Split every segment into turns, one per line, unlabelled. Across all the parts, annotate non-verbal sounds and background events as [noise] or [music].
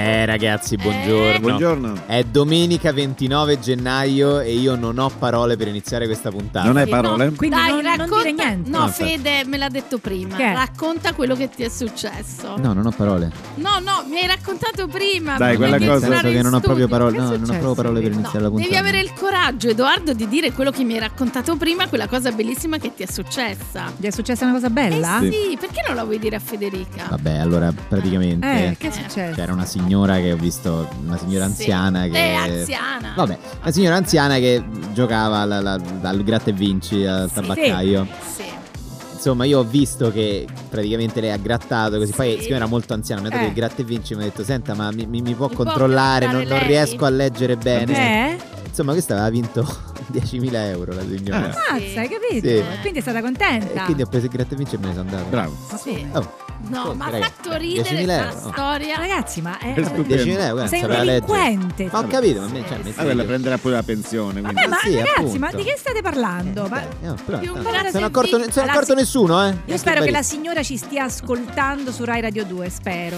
Eh ragazzi, Eh, buongiorno.
Buongiorno.
È domenica 29 gennaio e io non ho parole per iniziare questa puntata.
Non hai
Sì,
parole?
no, quindi
Dai,
non,
racconta...
non dire niente.
No,
No, Ah, infatti.
Fede me l'ha detto prima.
Che è?
Racconta quello che ti è successo.
No, non ho parole.
No, no, mi hai raccontato prima. prima
Dai, quella
di
cosa-
entrare
Penso che
in
non ho proprio
studio.
parole.
Che è
No, non ho proprio
successo?
parole per
No,
iniziare la
No,
puntata.
devi avere il coraggio, Edoardo, di dire quello che mi hai raccontato prima, quella cosa bellissima che ti è successa.
Gli è successa una cosa bella?
Eh sì, perché non la vuoi dire a Federica?
Vabbè, allora praticamente
Eh, che è
Eh.
successo?
c'era una signora che ho visto, una signora
Sì.
anziana che
Eh, anziana.
Vabbè, la signora anziana che giocava alla- alla- al gratta e vinci al
Sì.
tabaccaio.
Sì.
Insomma, io ho visto che praticamente lei ha grattato così. Poi,
Sì.
siccome era molto anziana, mi ha dato
Eh.
il gratta e vinci. Mi ha detto: Senta, ma mi, mi- mi può
Mi può
controllare? non,
grattare
non
lei?"
riesco a leggere bene.
Eh?
Insomma, questa aveva vinto [laughs] 10.000 euro la signora.
Ah.
Mazza, hai capito?
Sì.
Quindi è stata
E
contenta.
quindi ho preso il gratta e vinci e me ne sono andato.
Bravo.
Ma
Sì.
come?
Oh,
No,
Ascolta,
ma ha
ragazzi,
fatto ridere
10.000
la
euro, oh.
storia.
Eh, Ragazzi, ma è...
Per stupendo.
10.000 euro, eh,
sei un
sapeva leggere.
delinquente.
Ma ho capito, ma a me cioè,
Sì.
mi-
Vabbè, la prenderà pure la pensione. Quindi.
Vabbè, Eh, ma
sì,
ragazzi,
appunto.
ma di che state parlando? Ma-
Eh, no, però,
Più un
tanto,
gratta
sono
e
accorto,
vinci.
sono accorto
Ragazzi,
nessuno, eh?
Io
Neanche
spero che la
Barilla.
signora ci stia ascoltando su Rai Radio 2, spero.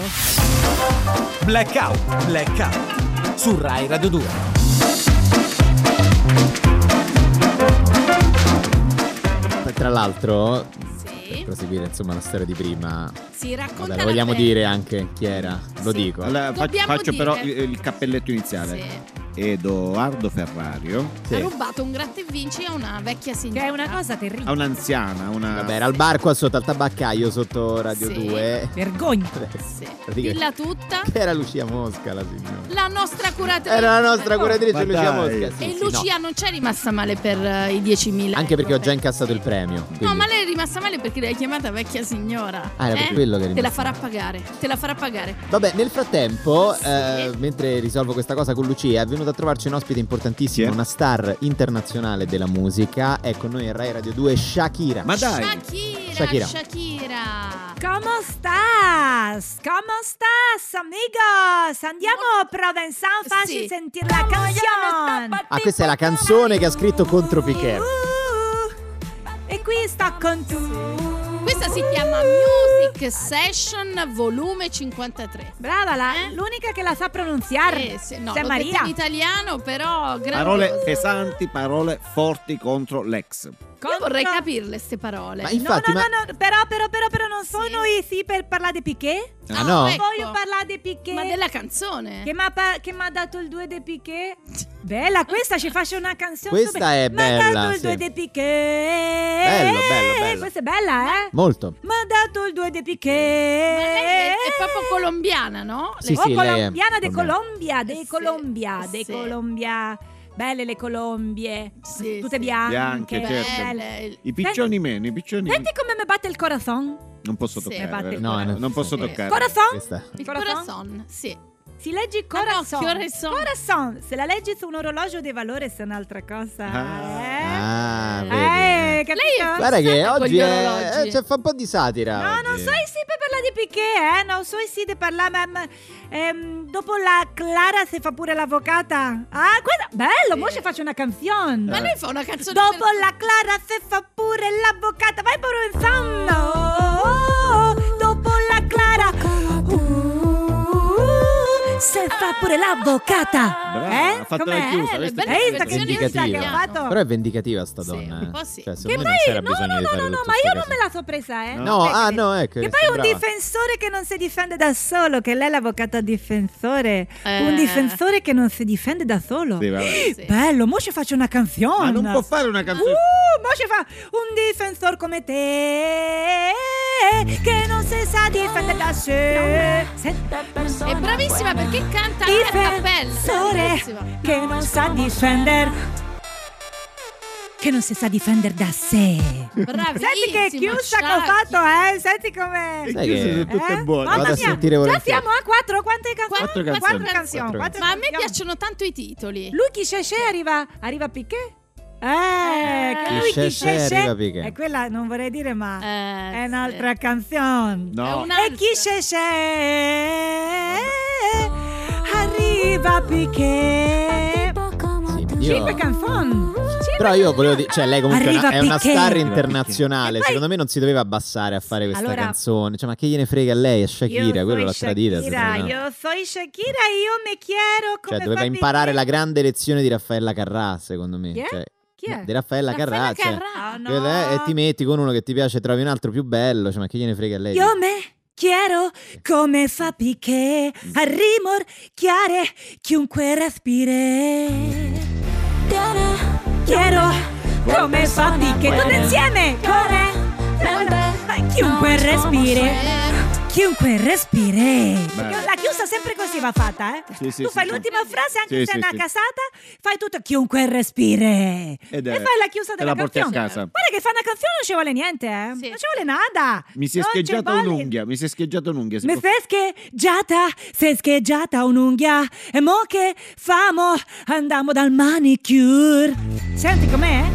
Blackout, Blackout su Rai Radio 2.
Tra l'altro, per
Sì.
proseguire insomma la storia di prima,
Sì, racconta.
vabbè, lo vogliamo dire anche chi era? Lo
Sì.
dico. eh.
Allora, fac-
Dobbiamo
faccio
dire.
però il, il cappelletto iniziale.
Sì.
Edoardo Ferrario
Sì.
Ha rubato un gratta e vinci a una vecchia
Che
signora.
è una cosa terribile.
a un'anziana, una
Vabbè, era al barco qua sotto al tabaccaio sotto Radio
Sì.
2.
Vergogna.
Sì.
Praticamente-
Dilla tutta.
Che [laughs] era Lucia Mosca la signora.
La nostra curatrice.
Era la nostra curatrice
Ma
Lucia
dai.
Mosca. Sì,
E
sì,
Lucia non c'è rimasta male per eh, i 10.000.
no. Anche perché ho già
euro.
incassato il premio. quindi-
No, ma lei è rimasta male perché l'hai chiamata vecchia signora.
Ah, era per
Eh?
quello che è
Te la
rimasta
farà pagare. Te la farà pagare.
Vabbè, nel frattempo,
Sì.
eh, mentre risolvo questa cosa con Lucia, è venuto a trovarci un ospite importantissimo,
Chi è?
una star internazionale della musica. È con noi in Rai Radio 2, Shakira.
Ma dai,
Shakira,
Shakira.
Shakira. Shakira.
¿Cómo estás? ¿Cómo estás, amigos? Andiamo a Provençal, facci
Sì.
sentire la canzone.
Ah, questa è la canzone che ha scritto contro Piquet.
Uh, e qui sto con tu.
Questa si chiama Music Session Volume 53.
Brava, la-
Eh?
l'unica che la sa pronunciare.
Eh, se- no,
Sei
l'ho
Maria.
detta in italiano, però
parole
grandiosa.
pesanti, parole forti contro l'ex.
Io vorrei
Contro-
capirle queste parole.
Ma
No,
infatti,
no,
ma-
no, no, però, però, però, però non sono i sì per parlare di Piquet.
Ah, no?
ecco.
Voglio parlare di Piquet.
Ma della canzone.
Che mi ha dato il 2 de Piquet? Bella, questa ci faccia una canzone.
Questa è
Mi
bella,
dato il
sì.
2 de Piquet.
Bello,
Bello,
bello, bello.
Questa è bella, eh?
Molto.
Mi ha dato il 2 de Piquet. Eh,
Ma lei è, è proprio colombiana, no?
Sì,
oh,
sì, lei è
colombiana de
colombiana.
Colombia, de
Sì,
Colombia, de
sì.
Colombia. Belle le Colombie.
Sì,
Tutte
sì.
bianche.
Bianche,
Beh,
certo.
belle.
il-
I piccioni meno, i piccioni
Senti come mi batte il corazon.
Non posso
Sì.
toccare.
Eh, batte
vero?
il
No,
corazon.
no.
non posso
Sì.
Eh,
toccare.
Corazon?
Questa.
il
corazon?
corazon, sì.
Si legge
Ah, no,
corazon.
Corazon.
Corazon. Se la leggi su un orologio di valore se è un'altra cosa. eh?
Ah,
Eh,
vedi.
eh, capito?
Lei è-
Guarda che
Con
oggi
gli
è,
orologi.
eh, cioè, fa un po' di satira.
No, non
oggi.
so i sì per parlare di Piquet, eh? Non so i sì di parlare, ma- ma, ehm, dopo la Clara si fa pure l'avvocata. Ah, guarda, bello,
Sì.
mo ci faccio una canzone.
Ma lei fa una canzone
Eh. Dopo
per-
la Clara si fa pure l'avvocata. Vai pure insomma. Dopo la Clara uh, se fa pure l'avvocata.
Brava,
eh?
ha fatto la
Com'è?
chiusa.
Eh,
questo-
belle
Hai visto che
espressioni
chiusa che
Vendicativa.
ho fatto?
Però è vendicativa sta
Sì,
donna.
un
eh.
po' sì.
Cioè,
Che
secondo me non
poi,
c'era
no,
bisogno
no,
di
no,
fare
no, no,
tutte
ma
ste
io non
cose.
me la so presa, eh.
No, ah, no, ecco,
Che
che
poi è un
brava.
difensore che non si difende da solo, che lei è l'avvocato difensore.
Eh.
Un difensore che non si difende da solo.
Sì, vabbè.
Sì.
Bello, mo ci faccio una canzone.
Ma non può fare una canzone.
Uh, mo ci fa un difensore come te che non si sa difendere da sé.
È bravissima perché canta anche a cappella.
Difensore
Bravissima.
che non sa difendere. Che non si sa difendere da sé.
Bravissima.
Senti che chiusa che ho
Shakira.
fatto, eh? Senti com'è.
Le
Sai
chiuse
che-
sono tutte
Eh?
buone.
Mamma
Vado a
mia,
sentire
già
volentieri.
siamo a quattro, quante canzoni?
Quattro
Quattro
canzoni.
canzoni.
Quattro
Ma a me piacciono tanto i titoli.
Lucky Chesce arriva, arriva Piquet? Eh,
Chi
che lui chi
Chesce
Chesce
arriva Piquet.
E quella non vorrei dire ma
Eh,
è
sì.
un'altra canzone.
È
No.
un'altra.
E chi Chesce arriva Piquet?
Sì,
Cinque
io,
canzoni. Cinque
Però io volevo dire, cioè lei comunque è una,
Arriva
è una
Piqué.
star
Arriva Piqué.
internazionale,
E poi-
secondo me non si doveva abbassare a fare questa
Allora-
canzone, cioè ma che gliene frega a lei, è Shakira,
Io
quello
soy
l'ha tradita.
Shakira,
secondo me.
io soy Shakira e io mi chiedo come
Cioè doveva
fa
imparare
Piqué.
la grande lezione di Raffaella Carrà, secondo me.
Chi è?
Cioè,
Chi è?
no, Di Raffaella Carrà.
Raffaella
cioè,
Carrà.
Ah, no.
quella è- e ti metti con uno che ti piace, trovi un altro più bello, cioè ma che gliene frega a lei.
Io me chiedo come fa Piqué
Mm.
a rimorchiare chiunque respire. Chiedo come fa Piqué. Tutti insieme!
Eh,
Come? Chiunque respire. Chiunque respire.
Bello.
La chiusa sempre così va fatta, eh?
Sì, sì,
tu
sì,
fai
sì.
l'ultima frase anche
Sì,
se
sì,
è una
sì.
casata, fai tutto chiunque respire.
Ed
e
è-
fai la chiusa
e
della
la porti a
canzone.
casa.
Guarda che fa una canzone non ci vuole niente, eh?
Sì.
Non ci vuole nada.
Mi si è
Non ci
scheggiata
vuole-
un'unghia, mi si è scheggiata un'unghia. si
Mi
può-
sei scheggiata, sei scheggiata un'unghia E mo che famo, andiamo dal manicure Senti com'è?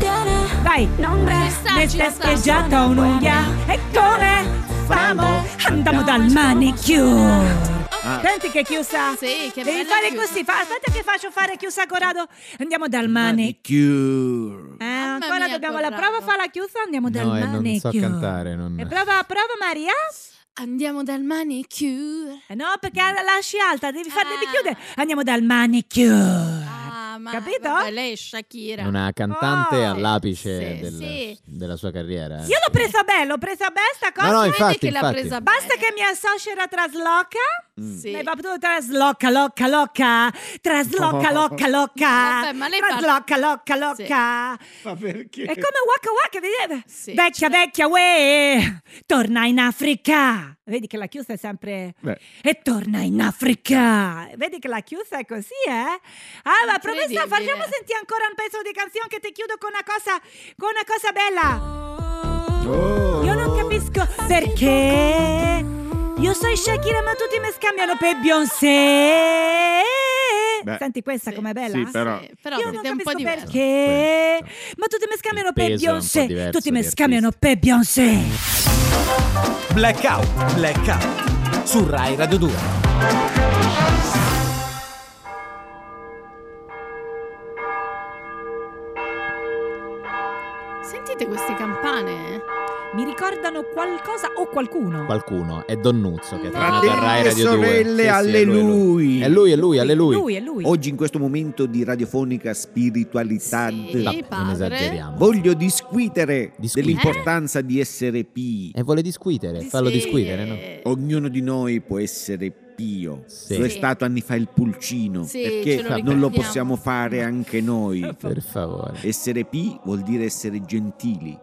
Vai! Mi
ci sta.
sei scheggiata un'unghia E come famo, andiamo dal manicure
Ah.
Senti che chiusa!
Sì, che
Devi
bella
fare
chiusa.
così, fa- aspetta che faccio fare chiusa a Corrado Andiamo dal manicure
Manicure.
Eh,
Mamma
ancora
mia,
dobbiamo la
Corrado.
prova, fa la chiusa, andiamo dal
No, e
manicure
non so cantare, non...
E prova, prova Maria
Andiamo dal manicure.
Eh No, perché la lasci alta, devi far, devi
Ah.
chiudere. Andiamo dal manicure.
Ah, ma
Eh, Capito?
vabbè, lei è Shakira.
Una cantante
Oh,
all'apice
sì,
del-
sì.
della sua carriera. eh.
Io l'ho presa bene, l'ho presa bene sta cosa.
No, no,
Si vede
infatti,
che l'ha
infatti.
presa bene.
Basta che mia socia era trasloca.
Mm.
Sì.
Lei va tutto traslocca, locca, locca. Traslocca, locca, locca.
Vabbè, ma lei parla-
traslocca, locca, locca.
Ma perché?
È come Waka Waka, vedete?
Sì. cioè.
Vecchia, vecchia, uè. Torna in Africa. Vedi che la chiusa è sempre...
Beh,
e torna in Africa. Vedi che la chiusa è così, eh? Ah, ma professore,
Incredibile.
facciamo sentire ancora un pezzo di canzone che ti chiudo con una cosa, con una cosa bella.
Oh.
Io non capisco perché. Io so Shakira, ma tutti mi scambiano per Beyoncé.
Beh,
Senti questa
sì.
com'è bella?
sì, però...
Ah, Sì, però
Io non
è un po'
capisco
diverso.
perché,
Questo.
ma tutti mi scambiano
Il
per
peso è un po'
Beyoncé.
diverso
Tutti mi
di
scambiano per Beyoncé.
Blackout, blackout su Rai Radio 2.
Sentite queste campane?
Mi ricordano qualcosa o qualcuno.
Qualcuno, è Donnuzzo che è
No.
tornato a Rai Ah,
Fratelli e
Radio 2.
sorelle,
Sì, sì, è lui, è
allelui.
È lui, è lui, alle lui.
Lui è lui.
Oggi in questo momento di radiofonica spiritualità
Sì.
No,
Eh,
non
padre.
esageriamo.
voglio disquitere
Disquitare.
dell'importanza di essere pi.
E vuole discutere, fallo discutere, no?
Ognuno di noi può essere pio.
Sì.
Lo è
Sì.
stato anni fa il pulcino,
Sì, ce
perché
lo
non lo
ricordiamo.
possiamo fare
[laughs]
anche noi.
Per favore.
Essere pi vuol dire essere gentili,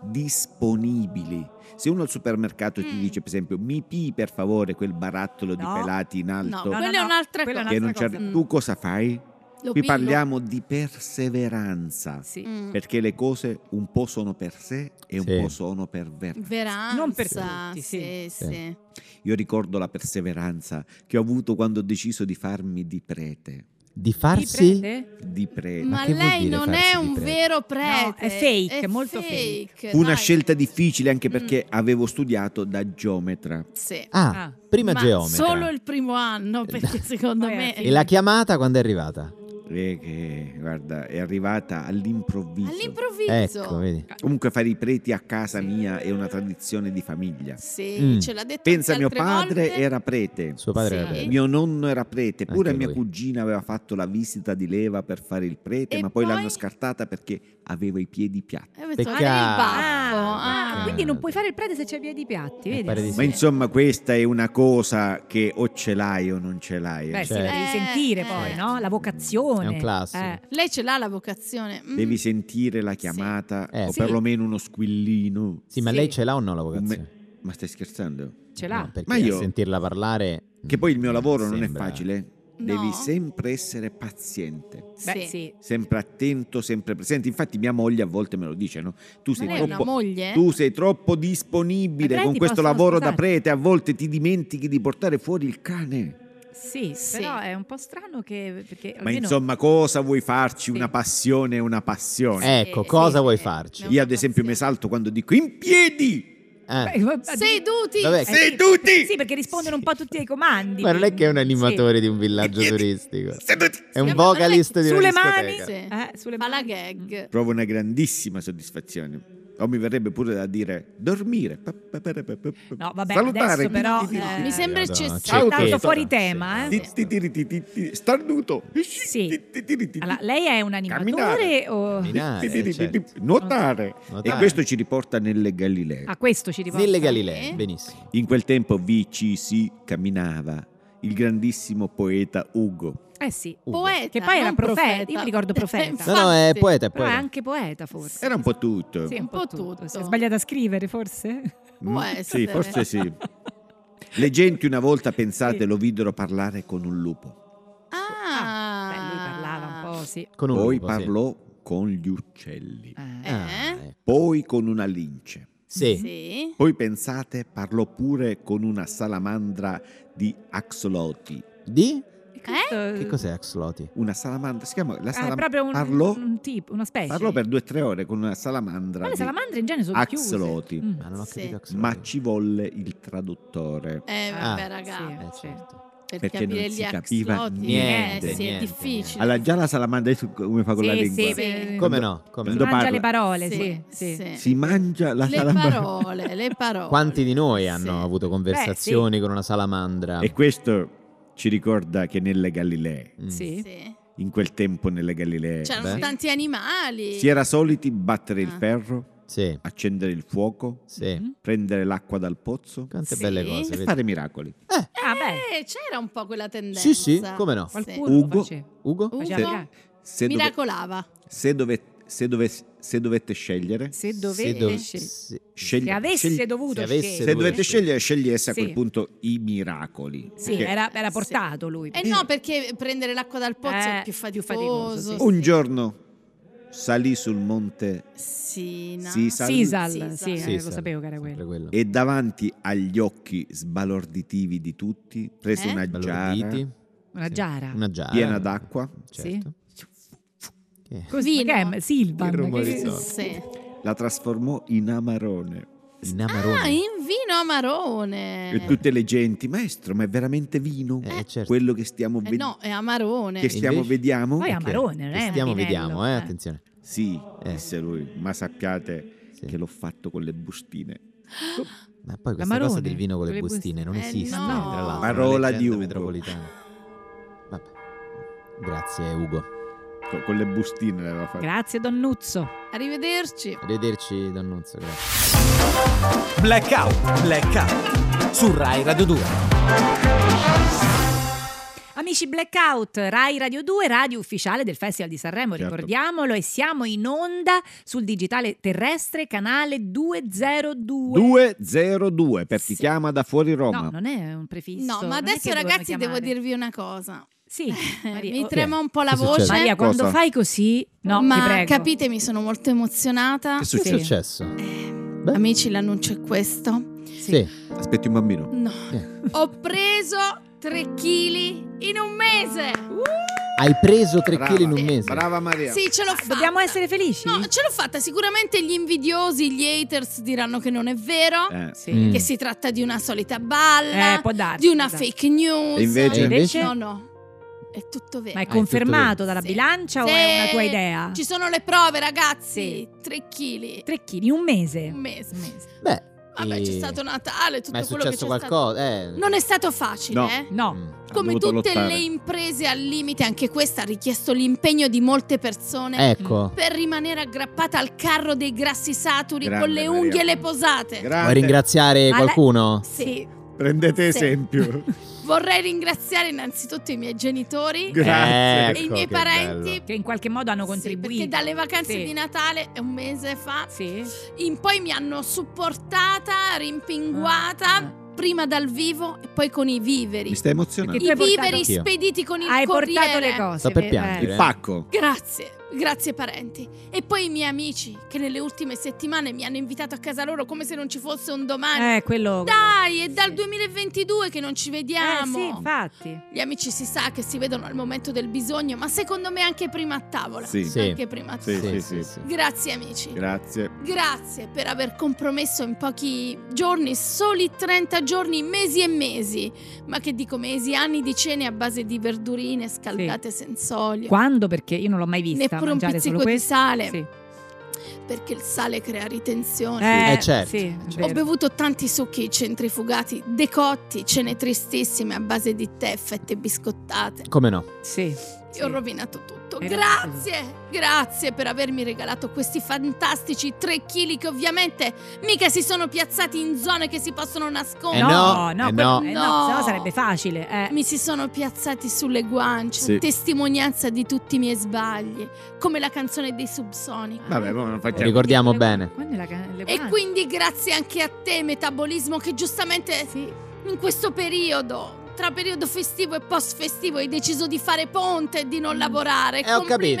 disponibili. Se uno al supermercato ti
Mm.
dice, per esempio, mi pi per favore quel barattolo
No.
di pelati in
No,
alto,
quella
no,
è
no,
un'altra
quella è
cosa.
che non c'è-
un'altra
cosa.
tu cosa fai?
Lo
Qui
Mm. pillo.
parliamo di perseveranza.
Sì.
Mm.
Perché le cose un po' sono per sé e un
Sì.
po' sono per verso.
Veranza,
Non per tutti,
sì,
sì.
sì.
Sì.
Io ricordo la perseveranza che ho avuto quando ho deciso di farmi di prete.
Di
Chi
farsi...
prende?
Di prete.
Ma,
che vuol
lei
dire
non
farsi
è
di
un
prete?
vero prete.
è fake, molto fake.
fake,
Fu una
dai. Mm.
scelta difficile anche perché avevo studiato da geometra.
Sì.
Ah, prima
Ma
geometra. Eh,
Solo il primo anno, perché secondo
Poi alla
me...
E la chiamata quando è arrivata?
E che, guarda, è arrivata all'improvviso.
All'improvviso.
Ecco, vedi.
Comunque fare i preti a casa mia è una tradizione di famiglia.
Sì,
Mm.
ce l'ha detto
Pensa,
anche
mio
altre
padre
volte.
era prete.
Suo padre
Sì.
era bello.
Mio nonno era prete, pure
Anche
mia
lui.
cugina aveva fatto la visita di leva per fare il prete,
E
ma poi,
poi?
l'hanno scartata perché aveva i piedi piatti.
Eh, pensavo,
Peccato.
era il baffo.
Ah,
Ah.
quindi non puoi fare il prete se c'è via di piatti, vedi?
Eh, pare di
Ma
sì.
insomma, questa è una cosa che o ce l'hai o non ce l'hai. eh.
Beh, sì,
Cioè-
la devi sentire
Eh,
poi,
eh.
no? La vocazione. Eh,
È un classico.
Lei ce l'ha la vocazione. Mm.
Devi sentire la chiamata
Eh,
o
sì.
perlomeno uno squillino.
Sì, ma
Sì. Mm,
lei ce l'ha o no la
Un me-
vocazione?
Ma stai scherzando?
ce l'ha.
No, perché
Ma io-
a sentirla parlare...
Che poi il mio
mm,
lavoro non è
sembra-
facile. eh.
No.
Devi sempre essere paziente,
Beh, sì.
sempre attento, sempre presente. Infatti mia moglie a volte me lo dice, no? Tu sei
Ma lei è una
troppo
moglie?
Eh?
Tu sei troppo
I
disponibile
preti
con questo
possono
lavoro da
sposarsi.
prete, a volte ti dimentichi di portare fuori il cane.
Sì,
Sì.
però è un po' strano che... Perché
Ma
almeno-
insomma, cosa vuoi farci?
Sì. Eh,
Una passione è una passione.
Ecco, cosa vuoi farci?
è una
Io ad esempio mi
passione.
salto quando dico in piedi!
Eh.
[laughs] Beh,
Seduti!
Vabbè,
eh,
Seduti!
Sì, perché rispondono un po' tutti ai comandi.
Ma non è
quindi,
che è un animatore di un
[laughs]
villaggio
Siete-
turistico.
Seduti!
È un
Sì, ma non è-
vocalist di una
Sulle
discoteca.
mani?
Sì.
Eh, sulle
Fa la
mani.
gag.
[laughs] Provo una grandissima soddisfazione. O mi verrebbe pure da dire dormire. pa- pa- pa- pa- pa- pa-
No, vabbè,
salutare.
adesso però,
ti- ti-
eh,
Mi sembra eccessivo.
c'è
Tanto
che-
fuori tema, eh.
ti- ti- ti- ti- ti- ti- ti- Starnuto.
Sì.
Ti- ti- ti- ti- ti-
Allora, lei è un animatore
Camminare.
o...
Camminare,
ti- ti- ti- ti-
certo.
ti- Nuotare.
Nuotare.
E questo ci riporta nelle Galilee.
A Ah, questo ci riporta.
Nelle Galilee,
Eh?
benissimo.
In quel tempo VCC camminava il grandissimo poeta Ugo.
Eh sì.
Poeta.
Che poi era
non
profeta. Io mi ricordo profeta.
Eh,
No, no, è
[laughs] infatti.
poeta, è
Però è
poeta.
anche poeta forse.
Era un po' tutto.
Sì,
un po' tutto.
Si è sbagliata a scrivere forse?
Mm,
Può
sì,
essere.
forse
[laughs]
sì. Le genti una volta pensate
Sì.
lo videro parlare con un lupo.
Ah,
Beh, lui parlava un po', sì.
Con un
Poi
lupo, sì.
parlò con gli uccelli,
Eh.
Ah,
Eh?
ecco.
poi con una lince.
Sì.
Sì.
Poi pensate parlò pure con una salamandra di axoloti.
Di?
E questo-
Eh?
Che cos'è Axloti?
Una salamandra, si chiama la
Ah, Eh? è
salamandra.
proprio un,
parlò,
un tipo, una specie.
parlò per due o tre ore con una salamandra.
Ma le
di
salamandre in genere sono chiuse.
axoloti.
Mm.
Ma non ho
Sì.
capito Axloti.
Ma ci volle il traduttore.
Eh, vabbè,
Ah,
raga.
sì.
Eh, certo.
Per
Perché
capire
non
gli
si capiva
axolotti.
niente,
Eh, sì,
niente,
è difficile.
Allora già la salamandra, adesso come fa con la
Sì,
lingua?
sì,
Sì.
Come
beh,
no? Come
si
no?
Quando
mangia
parla-
le parole, sì, sì.
Si mangia la
Le
salamandra.
parole, le parole.
Quanti di noi hanno
Sì.
avuto conversazioni con una salamandra?
E questo ci ricorda che nelle Galilee,
Mm.
Sì.
Sì.
in quel tempo nelle Galilee,
C'erano
Beh.
tanti animali.
si era soliti battere il
Ah.
ferro,
Sì,
accendere il fuoco,
sì.
Mm.
prendere l'acqua dal pozzo
Quante
Sì.
belle
E
cose.
e
vedi?
fare miracoli.
Ah, beh,
Eh, c'era un po' quella tendenza.
Sì, sì, come no.
qualcuno
Ugo-
lo faceva.
Ugo?
Ugo
Faceva miracoli.
Se, dove-
miracolava.
se dove- se dove- se dovete scegliere,
Se
Se
dovete
dov-
scegliere.
se-
scegli-
Se avesse
scegli-
dovuto
se avesse
scegliere.
se dovete
Sì.
scegliere, scegliesse a quel
Sì.
punto i miracoli.
Sì,
Perché
era, era portato lui.
Eh no, perché prendere l'acqua dal pozzo è
Eh,
più
più
faticoso.
faticoso, sì.
Un giorno salì sul monte
Sina.
Sisa-
Sisal,
Sisal.
sì, eh,
Sì,
lo
sa-
sapevo che era
sempre
quello.
Certo.
quello.
e davanti agli occhi sbalorditivi di tutti prese
Eh?
una giara
Balorditi.
Una
Sì.
giara.
Una giara.
piena d'acqua,
Certo. Che-
Così,
Vino.
che è? Silvan.
Che rumori
che-
sono?
Sì.
la trasformò in amarone.
In
Ah,
amarone.
in vino amarone.
E tutte le genti, maestro, ma è veramente vino?
Eh, certo.
Quello che stiamo
Eh,
vedendo.
no, è amarone.
Che stiamo
Invece-
vediamo?
Poi
Ok.
amarone, non è un
Stiamo,
vinello,
vediamo, eh,
eh.
attenzione.
Sì,
Eh.
disse lui, ma sappiate
Sì.
che l'ho fatto con le bustine.
Ma poi questa
L'amarone,
cosa del vino con le
con le
bustine non
bustine. Eh,
esiste,
no.
tra l'altro. è una
Parola
leggenda
di Ugo.
metropolitana. Vabbè. Grazie Ugo.
Co- Con le bustine l'aveva fatto.
Grazie Donnuzzo.
Arrivederci.
Arrivederci D'Annunzio, grazie.
Blackout, blackout su Rai Radio 2.
Amici Blackout, Rai Radio 2, radio ufficiale del Festival di Sanremo,
Certo.
ricordiamolo, e siamo in onda sul digitale terrestre, canale 202.
202 per chi
Sì.
chiama da fuori Roma.
No, non è un prefisso.
No,
non
ma
è che
adesso
dovevano
ragazzi devo
chiamare.
dirvi una cosa.
Sì, Maria,
Eh, Mi
oh,
trema un po' la
Che succede?
voce.
Maria, quando
Cosa?
fai così... No,
ma
ti prego.
capitemi, sono molto emozionata.
Che è
Che succede?
Sì.
successo?
Eh,
Beh.
Amici, l'annuncio è questo.
Sì.
Aspetti un bambino.
No.
Eh.
Ho preso 3 kg in un mese.
Uh,
Hai preso 3
Brava, Eh,
kg in un mese.
Brava Maria.
Sì, ce l'ho fatta.
Dobbiamo essere felici?
No, ce l'ho fatta. Sicuramente gli invidiosi, gli haters diranno che non è vero.
Eh,
Sì.
Mm.
Che si tratta di una solita balla.
Eh, può
di
darsi.
una
può darsi. Ah,
fake news.
E invece?
E
invece?
No, no. È tutto vero.
Ma è
tutto
confermato
vero.
dalla
Sì.
bilancia o
Sì.
è una tua idea?
Ci sono le prove, ragazzi. 3 kg.
3 kg, un mese.
Un mese.
Un mese.
Beh,
Vabbè,
eh,
c'è stato Natale, tutto
Ma è
quello che c'è
successo
stato.
qualcosa? Eh.
Non è stato facile,
No.
eh?
No.
Mm.
ha
Come
dovuto
tutte
lottare.
le imprese al limite, anche questa ha richiesto l'impegno di molte persone
Eh.
Ecco.
per rimanere aggrappata al carro dei grassi saturi
Grande,
con le
Maria.
unghie le posate.
Vuoi
Grande.
ringraziare
Alla-
qualcuno?
sì,
Prendete
Sì.
esempio.
vorrei ringraziare innanzitutto i miei genitori e
Grazie.
i
Ecco,
miei
che
parenti.
Che in qualche modo hanno
Sì,
contribuito.
perché dalle vacanze
Sì.
di Natale un mese fa
Sì.
in poi mi hanno supportata, rimpinguata,
Ah.
prima dal vivo e poi con i viveri.
Mi stai emozionando.
Tu
I
hai portato-
viveri
Anch'io.
spediti con il
Hai
corriere.
portato le cose. eh.
Sto per
vero?
piangere.
Il pacco.
Grazie. Grazie parenti. E poi i miei amici che nelle ultime settimane mi hanno invitato a casa loro come se non ci fosse un domani.
Eh, quello...
Dai, è dal
Sì.
2022 che non ci
Eh
vediamo.
sì, infatti.
Gli amici si sa che si vedono al momento del bisogno, ma secondo me anche prima a tavola.
Sì.
Sì.
Anche prima a
Sì,
tavola.
sì, sì.
Grazie amici.
Grazie.
Grazie per aver compromesso in pochi giorni, soli 30 giorni, mesi e mesi, ma che dico mesi, anni di cene a base di verdurine scaldate senza olio,
Quando? Perché io non l'ho mai vista
neppure un
mangiare
pizzico di
solo questo.
sale,
Sì.
perché il sale crea ritenzione.
Eh,
Eh, certo.
sì, è
Ho
vero.
bevuto tanti succhi centrifugati, decotti, cene tristissime a base di tè, fette biscottate.
Come no?
Sì.
E ho rovinato tutto.
Hai
Grazie, grazie per avermi regalato questi fantastici 3 kg che ovviamente mica si sono piazzati in zone che si possono
Eh
nascondere.
no,
no,
no,
eh
quello-
no.
eh
No.
sennò sarebbe facile. eh.
Mi si sono piazzati sulle guance,
Sì.
testimonianza di tutti i miei sbagli, come la canzone dei Subsonic.
Vabbè, ma non facciamo.
Ricordiamo
Perché le-
bene.
quando è la ca- le
E
Ah.
guance?
quindi grazie anche a te, Metabolismo, che giustamente
Sì.
in questo periodo, tra periodo festivo e post festivo, hai deciso di fare ponte e di non lavorare.
Eh, ho capito.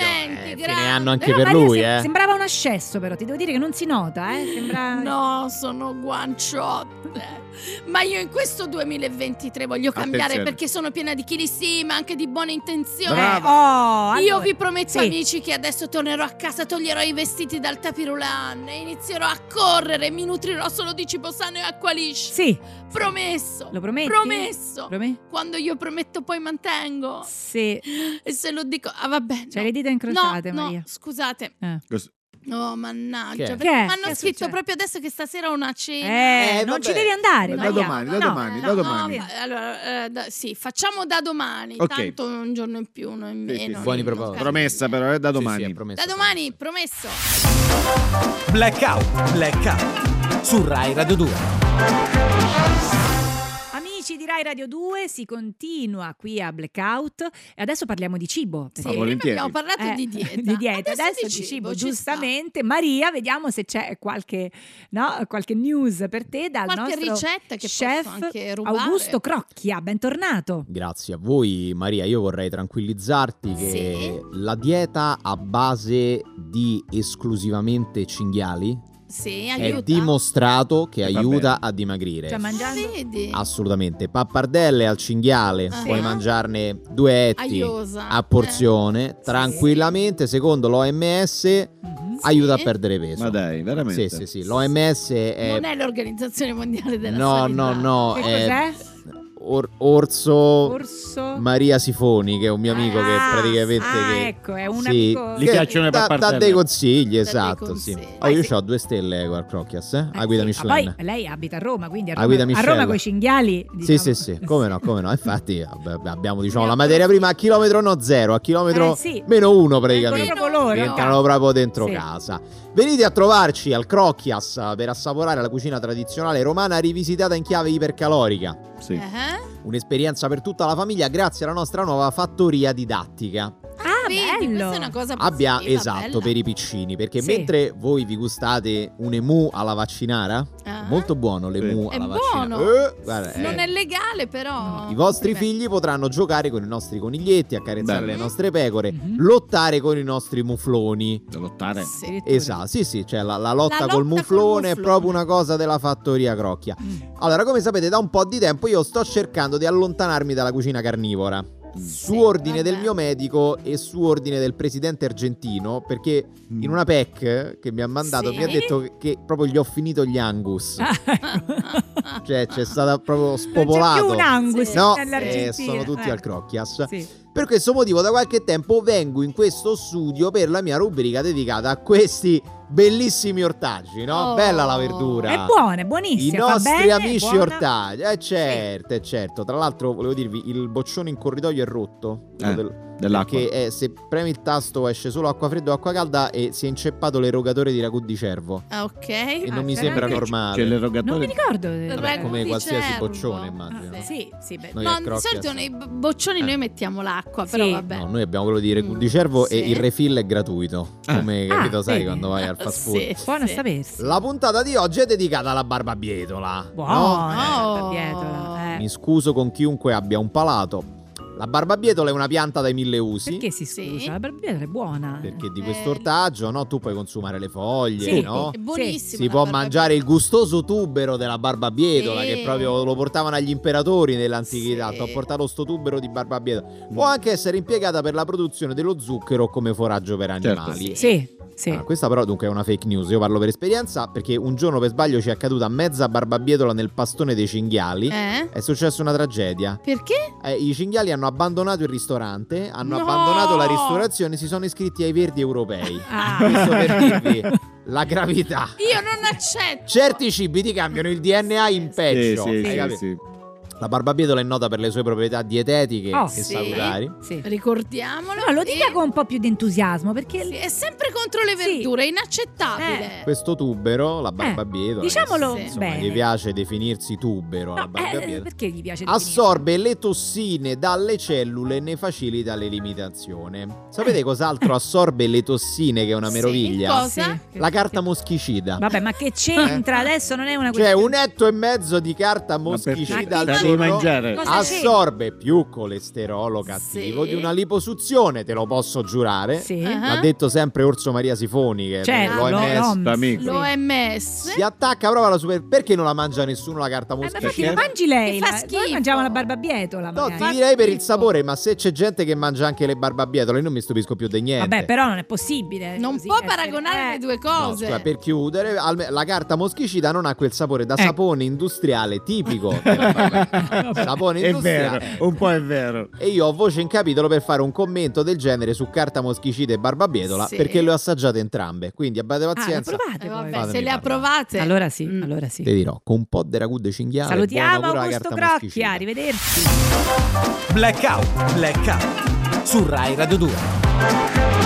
Eh,
Complimenti,
ce
grazie.
ne hanno anche
Però
per
Maria
lui,
sem-
eh.
Sembrava un ascesso, però ti devo dire che non si nota, eh. Sembra.
No, sono guanciotte. Ma io in questo 2023 voglio cambiare
Attenzione.
perché sono piena di chili sì, ma anche di buone intenzioni.
Eh,
Brava.
oh, allora-
Io vi prometto,
Sì.
amici, che adesso tornerò a casa, toglierò i vestiti dal tapirulan e inizierò a correre. Mi nutrirò solo di cibo sano e acqua liscia.
Sì,
Promesso.
lo prometti?
Promesso.
Prometti?
Quando io prometto, poi mantengo.
Sì.
E se lo dico, ah, va bene.
C'hai Cioè, le dita incrociate,
no,
Maria.
No, scusate.
Eh.
Cos-
Oh, mannaggia.
Che è?
perché
Che è?
Mi hanno
Che è
scritto
successo?
proprio adesso che stasera ho una cena.
Eh,
Eh,
non
vabbè.
ci devi andare.
Da
Maria.
domani, da
No.
domani, da
no,
domani.
fa- allora, eh, da- sì, facciamo da domani.
Ok.
Tanto un giorno in più, uno in
Sì, sì,
meno.
sì.
Buoni
non
propositi.
cambia.
Promessa però, eh, da
Sì, sì,
domani.
è promesso,
Da domani, promesso.
Blackout, blackout su Rai Radio 2.
Amici di Rai Radio 2, si continua qui a Blackout. E adesso parliamo di cibo.
Sì,
perché-
prima
volentieri.
abbiamo parlato
Eh,
di dieta.
[laughs] di dieta.
Adesso, boh, di cibo, ci
giustamente. Maria, vediamo se c'è qualche, no, qualche news per te
sta.
dal
Qualche
nostro
ricetta che
chef
posso anche rubare.
Augusto Crocchia, bentornato.
Grazie a voi Maria, io vorrei tranquillizzarti che la dieta a base di esclusivamente cinghiali
Sì,
è
aiuta. Ah,
dimostrato che
E va
aiuta a dimagrire.
Cioè, mangiando.
Vedi?
Assolutamente. Pappardelle al cinghiale,
Ah. Sì.
puoi mangiarne due etti
Aiosa.
a porzione
Eh.
tranquillamente, secondo l'OMS
Mhm.
aiuta a
Sì.
perdere peso.
Ma dai, veramente.
Sì, sì, sì, l'OMS
Eh,
è
Non è l'Organizzazione Mondiale della
No,
Sanità.
no, no, eh,
Che
è
cos'è?
or- orso
Orso.
Maria Sifoni, che è un mio amico che
Ah,
praticamente.
ah,
che-
ecco, è un
Sì,
amico-
che
Gli piacciono le
dà- Dà
pappardelle.
dei consigli,
dei
esatto.
consigli.
Sì. Oh,
Poi
io
se-
ho due stelle al Crocchias, eh?
Eh,
a guida
sì, ma
Michelin.
Poi lei abita a Roma, quindi a
A guida
Roma, a
Michelin.
Roma con i cinghiali.
Sì,
diciamo.
sì, sì, come no, come no. Infatti ab- abbiamo diciamo, la materia prima a chilometro no zero, a chilometro
Eh, sì.
meno uno
Vengono
praticamente.
proprio loro.
Entrano proprio dentro
Sì.
casa. Venite a trovarci al Crocchias per assaporare la cucina tradizionale romana rivisitata in chiave ipercalorica.
Sì.
Ah,
Eh?
Un'esperienza per tutta la famiglia grazie alla nostra nuova fattoria didattica.
Ah,
Vedi,
bello.
questa è una cosa positiva,
Abbia esatto
bella.
per i piccini perché
Sì.
mentre voi vi gustate un emu alla vaccinara
Ah.
molto buono l'emu
È
alla
buono.
vaccinara Eh, guarda, eh.
Non è legale però.
i vostri figli potranno giocare con i nostri coniglietti accarezzare
Bello.
le nostre pecore
Mhm.
lottare con i nostri mufloni
Da lottare.
Sì.
Esatto, sì sì, cioè la, la lotta
La
col
lotta col
muflone è
muflone. Mm.
proprio una cosa della fattoria Crocchia. Allora, come sapete, da un po' di tempo io sto cercando di allontanarmi dalla cucina carnivora. Su
Sì,
ordine
vabbè.
del mio medico e su ordine del presidente argentino, perché in una PEC che mi ha mandato
Sì.
mi ha detto che, che proprio gli ho finito gli Angus.
ecco.
[laughs]
Cioè, c'è stata proprio
Ah. Non c'è più
spopolato.
un Angus
Sì.
No,
nell'Argentina.
eh, sono tutti
Eh.
al Crocchias.
Sì.
Per questo motivo da qualche tempo vengo in questo studio per la mia rubrica dedicata a questi bellissimi ortaggi, no?
Oh.
Bella la verdura.
È buona, è
I
buonissima. fa
nostri
bene,
amici
buona.
ortaggi, eh certo, eh, certo. Tra l'altro volevo dirvi, il boccione in corridoio è rotto.
Eh, dell'acqua.
Che se premi il tasto esce solo acqua fredda o acqua calda e si è inceppato l'erogatore di ragù di cervo.
Ah, ok.
E
Ah,
non mi
c'è
sembra
anche-
normale.
C'è
Non mi
l'erogatore.
ricordo. eh,
Vabbè,
come
di
qualsiasi
cervo.
boccione, immagino.
Ah, sì.
Sì, sì, beh.
Noi
No,
a
di
Crocchia
solito
siamo-
nei b- boccioni
Eh.
noi mettiamo l'acqua,
Sì.
però vabbè.
No, noi abbiamo quello di ragù di
Mm,
cervo e
sì.
il refill è gratuito.
Ah.
Come capito,
Ah,
sai,
vedi.
quando vai al fast food.
[laughs] Sì,
Buono
sì.
a sapersi.
La puntata di oggi è dedicata alla barbabietola.
Buona.
no?
No.
la barbabietola, eh.
Mi scuso con chiunque abbia un palato. La barbabietola è una pianta dai mille usi.
Perché si
Sì.
scusa? La barbietola è buona.
Perché di
Eh.
questo ortaggio, no? Tu puoi consumare le foglie,
Sì.
no?
È buonissimo.
Si può mangiare il gustoso tubero della barbabietola
Sì.
che proprio lo portavano agli imperatori nell'antichità.
Sì.
Ti ho portato sto tubero di barbabietola. Può anche essere impiegata per la produzione dello zucchero come foraggio per
Certo.
animali.
Sì, sì.
Ah, questa però dunque è una fake news, io parlo per esperienza perché un giorno per sbaglio ci è accaduta mezza barbabietola nel pastone dei cinghiali.
Eh?
È successa una tragedia.
Perché?
Eh, I cinghiali hanno abbandonato il ristorante, hanno
No!
abbandonato la ristorazione e si sono iscritti ai verdi europei.
Ah.
Questo per
[laughs]
dirvi la gravità.
Io non accetto.
Certi cibi ti cambiano il DNA in peggio.
sì,
hai
sì,
capito?
sì.
La barbabietola è nota per le sue proprietà dietetiche
Oh,
e
sì.
salutari.
Sì.
Ricordiamolo.
No, lo
E-
dica con un po' più di entusiasmo perché
Sì, è sempre contro le
Sì. Eh.
verdure, è inaccettabile.
Questo tubero, la barbabietola, che
diciamolo
sì.
insomma,
bene.
gli piace definirsi tubero
No,
alla
eh,
barbabietola.
perché gli piace
Ah, Assorbe le tossine dalle cellule e ne facilita l'eliminazione.
Eh.
Sapete cos'altro assorbe le tossine che è una
Sì,
meraviglia?
cosa?
La carta moschicida.
Vabbè, ma che c'entra? Adesso non è una
Cioè
questione.
un etto e mezzo di carta
Ma per-
moschicida al
la devi
giorno
mangiare.
Cosa c'entra?
assorbe più colesterolo cattivo
Sì.
di una liposuzione, te lo posso giurare.
Sì. Eh?
Ah.
L'ha detto sempre Orso Maria Sifoni che
Certo,
lo-
l'OMS.
l'OMS.
amico.
Sì.
L'OMS.
Si attacca proprio alla super... Perché non la mangia nessuno la carta
Eh, ma infatti
moschicida?
la mangi lei.
Che fa
la- Noi
schifo.
mangiamo la barbabietola.
No,
magari.
ti direi per il
schifo.
sapore, ma se c'è gente che mangia anche le barbabietole, non mi stupisco più di niente.
Vabbè, però non è possibile.
Non
così
può
essere-
paragonare
eh.
le due
No,
cose.
scusa, per chiudere, alme- la carta moschicida non ha quel sapore da
Ecco.
sapone industriale
[laughs]
tipico. della
[laughs]
barbabietola. sapone
È
industriale.
vero, un po' è vero.
E io ho voce in capitolo per fare un commento del genere su carta moschicida e barbabietola
Sì.
perché le ho assaggiate entrambe. Quindi abbiate
Ah, la
pazienza.
provate
Eh, vabbè,
poi.
Fatemi
se le
parlare.
approvate.
Allora sì,
Mm.
allora sì.
Ti dirò, con un po' di ragù de cinghiale.
Salutiamo
buona pure la
Augusto
carta
Crotti,
moschicida.
arrivederci.
Blackout, blackout su Rai Radio 2.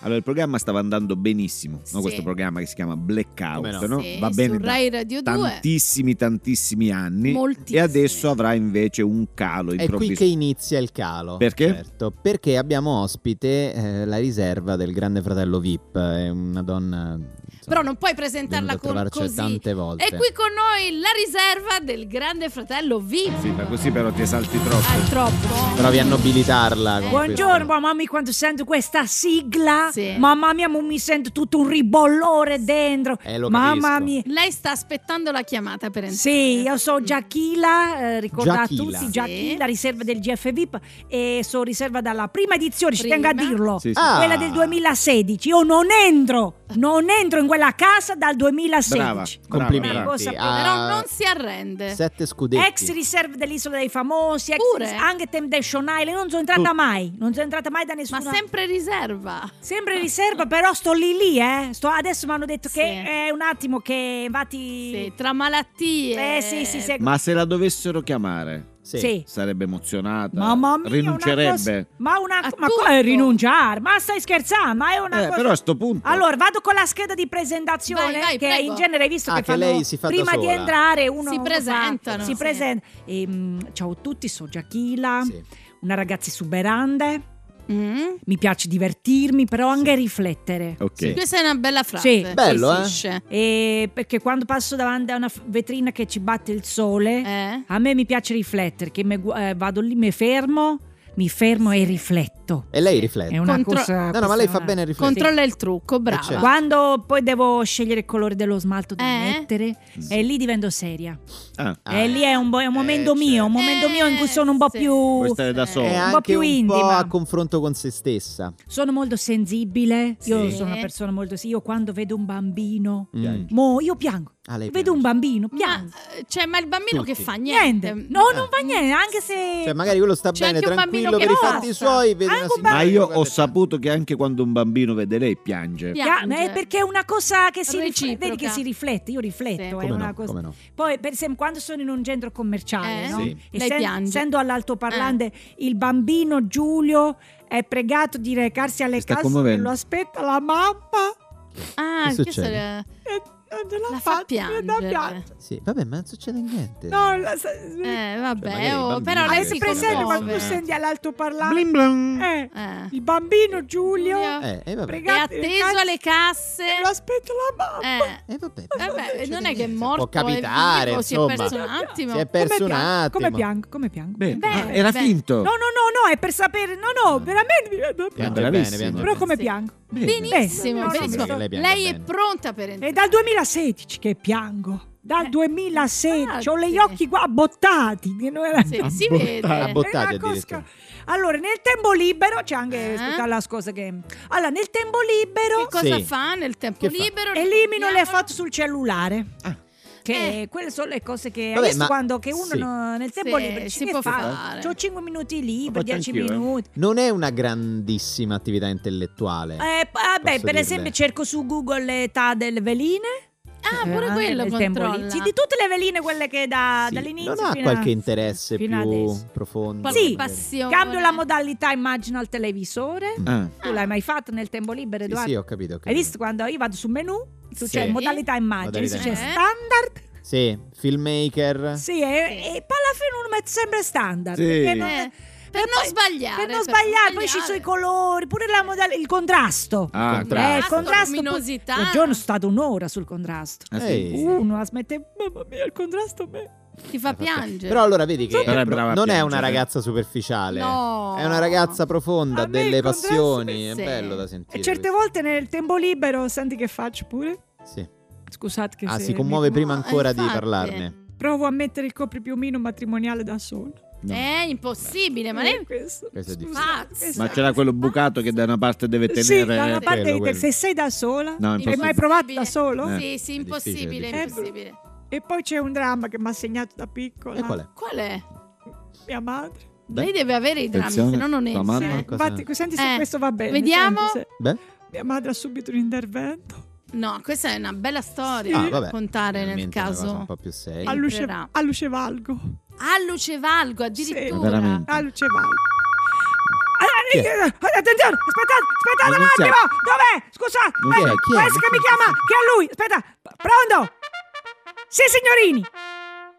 Allora, il programma stava andando benissimo, no?
Sì.
questo programma che si chiama Blackout,
Come no?
no?
Sì,
va bene
su
da
Rai Radio 2.
tantissimi, tantissimi anni.
Moltissimi.
E adesso avrà invece un calo
È qui
improvviso.
che inizia il calo.
Perché?
Certo, perché abbiamo ospite eh, la riserva del grande fratello VIP. È una donna. insomma,
Però non puoi
venuta
presentarla
a
con
trovarci
così.
tante volte.
E qui con noi la riserva del grande fratello VIP.
Sì, ma così però ti esalti
Ah, è
troppo.
troppo.
Provi a nobilitarla. con
Buongiorno,
questo.
mamma mia, quando sento questa sigla,
Sì.
mamma mia, mo mi sento tutto un ribollore dentro.
Eh, lo
mamma
capisco.
mia.
Lei sta aspettando la chiamata per entrare.
Sì, io sono Giachila, eh, ricorda a
Giachila.
tutti,
Mm. Sì.
Giachila, riserva del GF VIP e sono riserva dalla prima edizione, ci tengo
Prima.
a dirlo.
Sì, sì.
Ah.
Quella del 2016, io non entro, non entro in quella casa dal 2016.
Brava, brava,
Complimenti. Eh,
brava.
Lo sapevo.
ha
Però non si arrende.
Sette scudetti.
Ex riserva dell'isola dei famosi, ex
Pure?
anche Temptation Island, non sono entrata mai, non sono entrata mai da
Ma
nessuna
sempre riserva.
Sempre in riserva, però sto lì lì, eh. Sto- adesso mi hanno detto
Sì.
che è un attimo che infatti
Sì, tra malattie.
Eh sì, sì, sì.
Ma se la dovessero chiamare,
Sì.
Sì.
sarebbe emozionata.
Mamma mia,
rinuncerebbe.
una cosa- ma una
A
ma
tutto.
co- eh, rinunciare, ma stai scherzando, ma è una
Eh,
cosa
però a sto punto.
Allora, vado con la scheda di presentazione
Vai, vai,
che
prego.
in genere hai visto
Ah,
che,
che
fanno
lei si fa da
prima di
sola.
entrare uno
Si
uno fa-
presentano,
si
sì.
presenta. Ehm, ciao a tutti, sono Giachila,
Sì.
una ragazza esuberante,
Mm?
mi piace divertirmi, però anche riflettere.
Ok.
Sì.
Questa è una bella frase.
Sì.
Bello, eh?
Esisce.
E perché quando passo davanti a una f- vetrina che ci batte il sole,
Eh?
a me mi piace riflettere, che me gu- eh, vado lì, mi fermo, mi fermo e rifletto.
E lei riflette.
È una
Contro-
cosa...
No, no,
questa
ma lei
è
fa
una-
bene a riflettere.
Controlla il trucco, brava.
certo.
Quando poi devo scegliere il colore dello smalto da
Eh?
mettere, e lì divento seria.
Ah,
Ah,
e lì è un, bo- è un
eh,
momento mio, un
certo.
momento mio in cui sono un po'
Eh, sì.
più...
Puoi stare da solo.
È
un
anche
po' più
un po'
intima.
a confronto con se stessa.
Sono molto sensibile. Io
Sì.
sono una persona molto... Io quando vedo un bambino...
Mm.
Mo, io piango.
Ah, lei
Vedo
piange.
un bambino,
Ma,
piango.
cioè, ma il bambino
Tutti.
che fa niente.
Niente. No, non
Eh.
fa niente, anche se...
Cioè, magari quello sta
C'è
bene,
anche un bambino
tranquillo
che
per i
basta.
fatti suoi. Vede una
Anche Ah, un
signora
Ma io
che
ho
guarda-
saputo che anche quando un bambino vede lei piange.
Piange.
Pia- ma è eh, perché è una cosa che si riflette,
Reciproca.
vedi che si riflette, io rifletto,
Sì.
è
Come
una
no,
cosa.
come no.
Poi per esempio quando sono in un centro commerciale,
Eh?
no?
Sì.
E
Lei piange. Eh.
essendo all'altoparlante il bambino Giulio è pregato di recarsi alle
Si sta
casse che
commuovendo.
lo aspetta la mamma.
Ah,
Che
questo
succede?
era-
E- non ce l'ho
La fa
fatta, mi viene da
piangere.
piangere.
Sì, vabbè, ma non succede niente.
No, la- sa-
Eh, vabbè,
magari i
oh,
bambini
però lei
che
si
avete presente
secondo
quando
me.
tu
commuove.
senti all'altoparlante?
Blim blam.
Eh,
Eh.
il bambino Giulio
Giulio.
Eh, e vabbè.
È atteso alle casse.
lo Cioè, aspetto la mamma.
Eh.
E vabbè,
Eh
però
beh,
succede
non è che è
niente.
morto.
Può capitare,
è vivo,
insomma.
Si è perso un attimo.
Si è perso
come
un
piango,
attimo.
come piango, come piango.
Bene.
Bene,
Ah, era
bene.
finto.
No, no, no, no, è per sapere. No, no, veramente mi viene da piangere.
Ah. Piange
Bravissimo.
bene, piange
Però
bene.
come
Sì.
piango.
Bene.
Benissimo,
Bene.
benissimo.
Sembra che lei
Lei,
pianga
è
bene.
pronta per
Eh, È
entrare.
dal 2016 che piango. Dal 2016 ho gli
Eh, infatti.
occhi qua bottati. che non era-
Sì, si
Abbottata.
vede.
Abbottata.
È una
Bottati
cosa-
addirittura.
Allora, nel tempo libero c'è anche
Eh?
aspetta la scusa che Allora, nel tempo
Che
libero
cosa
Sì.
fa nel tempo
Che fa?
libero?
elimino le
Ricordiamolo.
foto sul cellulare.
Ah.
Che quelle sono le cose che hai
Vabbè,
visto
ma-
quando che uno
sì.
no- nel tempo
Eh. Sì,
libero dici,
si
che Cioè,
può
faccio?
fare.
Ho 5 minuti
Lo
liberi,
faccio
10
anch'io, eh.
minuti.
Non è una grandissima attività intellettuale.
Eh, p- vabbè,
Posso
per
dirle.
esempio, cerco su Google l'età delle veline.
Ah, pure
Eh,
quello
nel tempo lì.
controlla.
Sì, di tutte le veline, quelle che da,
Sì,
ah, dall'inizio.
non ha
fino a-
qualche interesse
fino
più
adesso.
profondo.
Qualche
Sì.
magari?
passione.
Cambio la modalità, immagino, al televisore.
Ah,
Tu l'hai mai fatto nel tempo libero,
Sì,
Edoardo?
sì, ho capito. ho
Hai
capito.
visto quando io vado sul menu? Tu
Sì.
c'è
Eh?
modalità immagine,
Modalità
c'è
immagine.
standard.
Sì, filmmaker.
Sì, e, e poi alla fine uno mette sempre standard.
Sì.
perché non-
Eh, per
e
non
poi-
sbagliare,
Per non
per non
sbagliare, poi ci
sbagliare.
sono i colori, pure la modalità, il contrasto.
Ah,
Contrasto.
Eh,
tra-
il contrasto. poi-
luminosità.
Un giorno sono stato un'ora sul contrasto.
Ah, sì.
Ehi.
Uno la smette, mamma mia, il contrasto a me.
Ti
Ah,
fa piangere.
Però allora vedi che
Però è
è pro-
brava a
non è una
piangere.
ragazza superficiale.
No.
È una ragazza profonda,
A
ha
me
delle
il contrasto
passioni. È
sì.
bello da sentire.
E certe
questo.
volte nel tempo libero, senti che faccio pure?
Sì.
Scusate che
Ah,
se
si
mi-
commuove prima
Ma
ancora di
infatti.
parlarne.
Provo a mettere il copripiumino matrimoniale da solo.
No.
È impossibile, ma
Eh,
lei
questo.
Questo è difficile.
Scusate,
Pazza.
Ma
esatto.
c'era quello bucato che da una parte deve tenere.
Sì, da una parte
quello,
di te,
quello.
se sei da sola,
No, è
l'hai mai
impossibile.
provato da solo?
Eh.
Sì, sì, impossibile,
difficile,
è
impossibile.
E poi c'è un dramma che mi ha segnato da piccola.
E qual è?
Qual è?
Mia madre.
Beh.
Lei deve avere i drammi,
Attenzione,
se no non
la
esce.
mamma-
eh.
Cosa-
Infatti, senti se
Eh,
questo va bene.
vediamo.
senti se-
Beh,
Mia madre ha subito un intervento.
No, questa è una bella storia
ah,
da
vabbè.
raccontare nel
Finalmente una cosa Un
caso.
po' più seria.
A, luce,
Entrerà.
a Lucevalgo.
A Lucevalgo,
Sì.
addirittura.
Veramente.
A Lucevalgo.
Chi è?
Ah, eh, Attenzione, aspettate, aspettate
Non
un
c'è.
attimo. Dov'è? Scusate.
Non c'è,
eh,
chi è?
Questo che mi chiama, che è lui. Aspetta, pronto? Sì, signorini.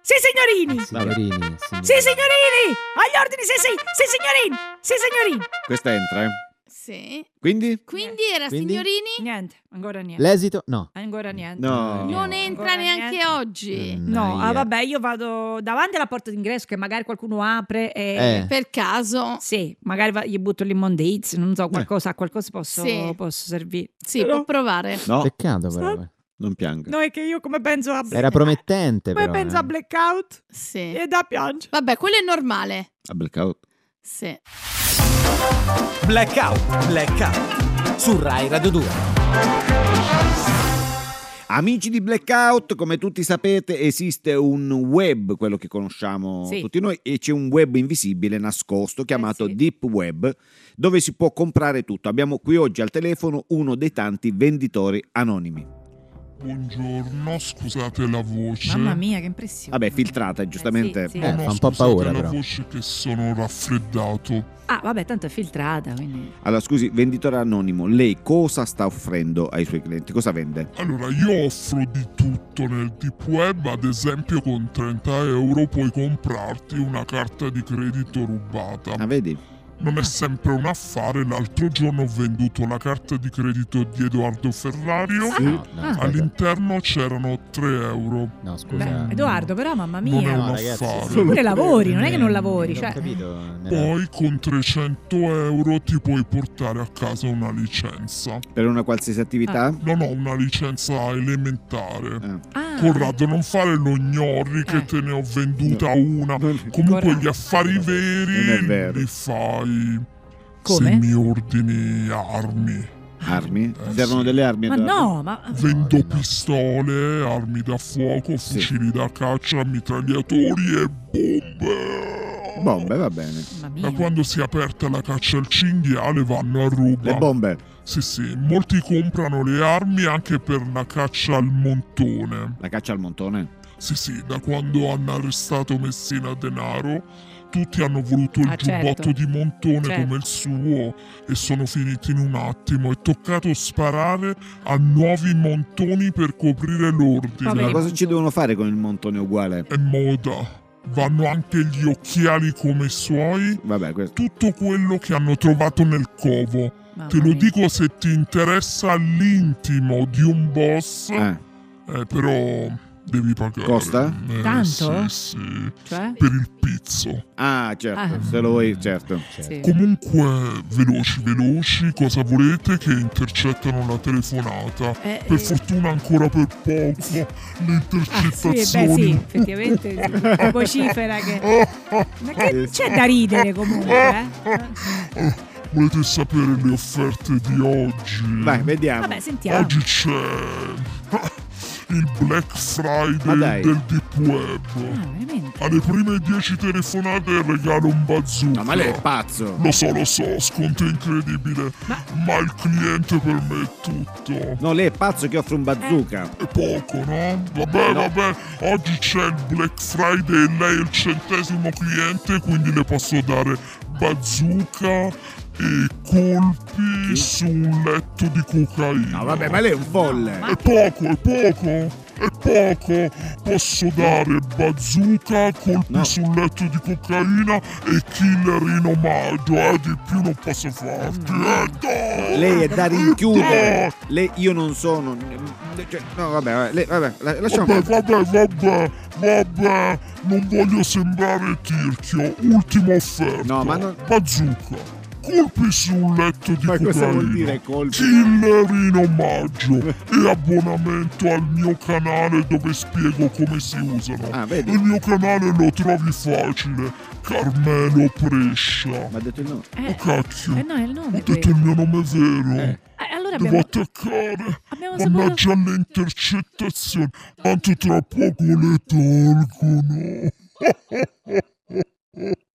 Sì, signorini.
Signorini,
Sì, signorini. Agli ordini, sì, sì. Sì, signorini. Sì, signorini.
Questa entra, eh.
Sì.
Quindi?
Quindi era
Quindi?
signorini,
Niente, ancora niente.
L'esito? No.
Ancora niente.
No.
non
No.
entra
Ancora
neanche
niente.
oggi.
No,
Naia.
ah, vabbè, io vado davanti alla porta d'ingresso che magari qualcuno apre e...
Eh.
Per caso.
Sì, magari va- gli butto l'immondizia, non
Eh.
so, qualcosa, a qualcosa posso,
Sì.
posso servire.
Sì,
Però-
può
[laughs]
provare.
No,
Peccato però. eh.
non pianga.
No, è che io come penso a...
Era promettente
Come
però.
penso
eh.
a blackout
Sì.
e da piangere.
Vabbè, quello è normale.
A blackout.
Sì.
Blackout, blackout su Rai Radio 2.
Amici di Blackout, come tutti sapete, esiste un web, quello che conosciamo
Sì. Eh,
tutti noi, e c'è un web invisibile nascosto chiamato
sì.
Deep Web, dove si può comprare tutto. Abbiamo qui oggi al telefono uno dei tanti venditori anonimi.
Buongiorno, scusate la voce.
mia, che impressione.
Vabbè, filtrata, giustamente.
sì, sì.
No,
Eh,
no,
fa un po'
scusate
paura,
la
però.
voce che sono raffreddato.
Ah, vabbè, tanto è filtrata, quindi...
Allora, scusi, venditore anonimo, lei cosa sta offrendo ai suoi clienti? Cosa vende?
Allora, io offro di tutto nel deep web, ad esempio con 30 euro puoi comprarti una carta di credito rubata.
Ah, vedi?
Non è sempre un affare, l'altro giorno ho venduto la carta di credito di Edoardo Ferrario.
No, no, aspetta.
All'interno c'erano 3 euro.
No, scusa.
Beh,
Edoardo, però, mamma
Non è
mia...
un
No, ragazzi,
affare.
solo
Pure lavori, non è che non
Non
lavori,
ho
cioè...
capito. Nella-
Poi con 300 euro ti puoi portare a casa una licenza.
Per una qualsiasi attività?
Non ho una licenza elementare.
Ah.
Ah,
Corrado, non fare lo gnorri che
Eh.
te ne ho venduta una.
Non-
Comunque
Corrado.
gli affari
Non è
veri
vero.
li fai
Come?
se mi ordini armi.
Armi?
Eh,
Servono
sì.
delle armi?
ma
allora?
no, ma...
ah,
Vendo
che no.
pistole, armi da fuoco,
Sì.
fucili da caccia, mitragliatori e bombe.
Bombe, va bene.
Mamma
Da
mia.
quando si è aperta la caccia al cinghiale vanno a ruba.
Le bombe?
Sì, sì, molti comprano le armi anche per la caccia al montone.
La caccia al montone?
Sì, sì, da quando hanno arrestato Messina Denaro, tutti hanno voluto il
Ah, certo.
giubbotto di montone
Certo.
come il suo e sono finiti in un attimo. È toccato sparare a nuovi montoni per coprire l'ordine.
Vabbè.
Ma cosa ci devono fare con il montone uguale?
È moda. Vanno anche gli occhiali come i suoi.
Vabbè, questo.
Tutto quello che hanno trovato nel covo.
Mamma
Te lo
mia.
dico se ti interessa l'intimo di un boss.
Ah,
Eh, però devi pagare.
Costa?
Eh,
Tanto?
Sì, sì.
Cioè?
Per il pizzo.
ah, certo,
Ah.
se lo vuoi, certo.
Sì.
Comunque, veloci, veloci, cosa volete che intercettano la telefonata?
Eh, eh.
Per fortuna ancora per poco le
Ah, sì, beh, sì,
intercettazioni.
effettivamente sì. vocifera
[laughs]
che... Ma che c'è da ridere comunque, eh?
[laughs] Volete sapere le offerte di oggi?
Vai, vediamo.
Vabbè, sentiamo.
Oggi c'è [laughs] il Black
Ma
Friday
dai. Mm.
del Deep
Ah,
Web.
veramente?
Alle prime 10 telefonate regalo un bazooka.
No, ma lei è pazzo.
Lo so, lo so, sconto incredibile, ma... il cliente per me è tutto.
No, lei è pazzo che offre un bazooka.
È poco, no? Vabbè, vabbè, oggi c'è il Black Friday e lei è il centesimo cliente, quindi le posso dare bazooka e colpi su un letto di cocaina.
No, vabbè, ma lei è un folle.
È poco, è poco! È poco! Posso dare bazooka, colpi
No.
sul letto di cocaina e killer in omaggio, eh? Di più non posso farti, eh? Dai!
Lei è da
Dai! Eh.
rinchiudere. Lei, io non sono. Cioè, no, vabbè, vabbè, lei- vabbè, la- lasciamo.
Vabbè, vabbè, vabbè, vabbè, non voglio sembrare tirchio. Ultima offerta.
No, ma non-
Bazooka, colpi sul letto di
Ma
cocaina.
cosa vuol dire colpi?
Killer in omaggio e abbonamento al mio canale dove spiego come si usano.
Ah, vedi?
Il mio canale lo trovi facile. Carmelo Prescia.
Ma ha detto il nome.
Eh,
Oh, cacchio.
eh, no, è il nome
Ho detto il
quello.
mio nome vero.
Eh, allora
Devo
abbiamo...
attaccare!
abbiamo
Mannaggia le intercettazioni! Tanto tra poco le tolgono!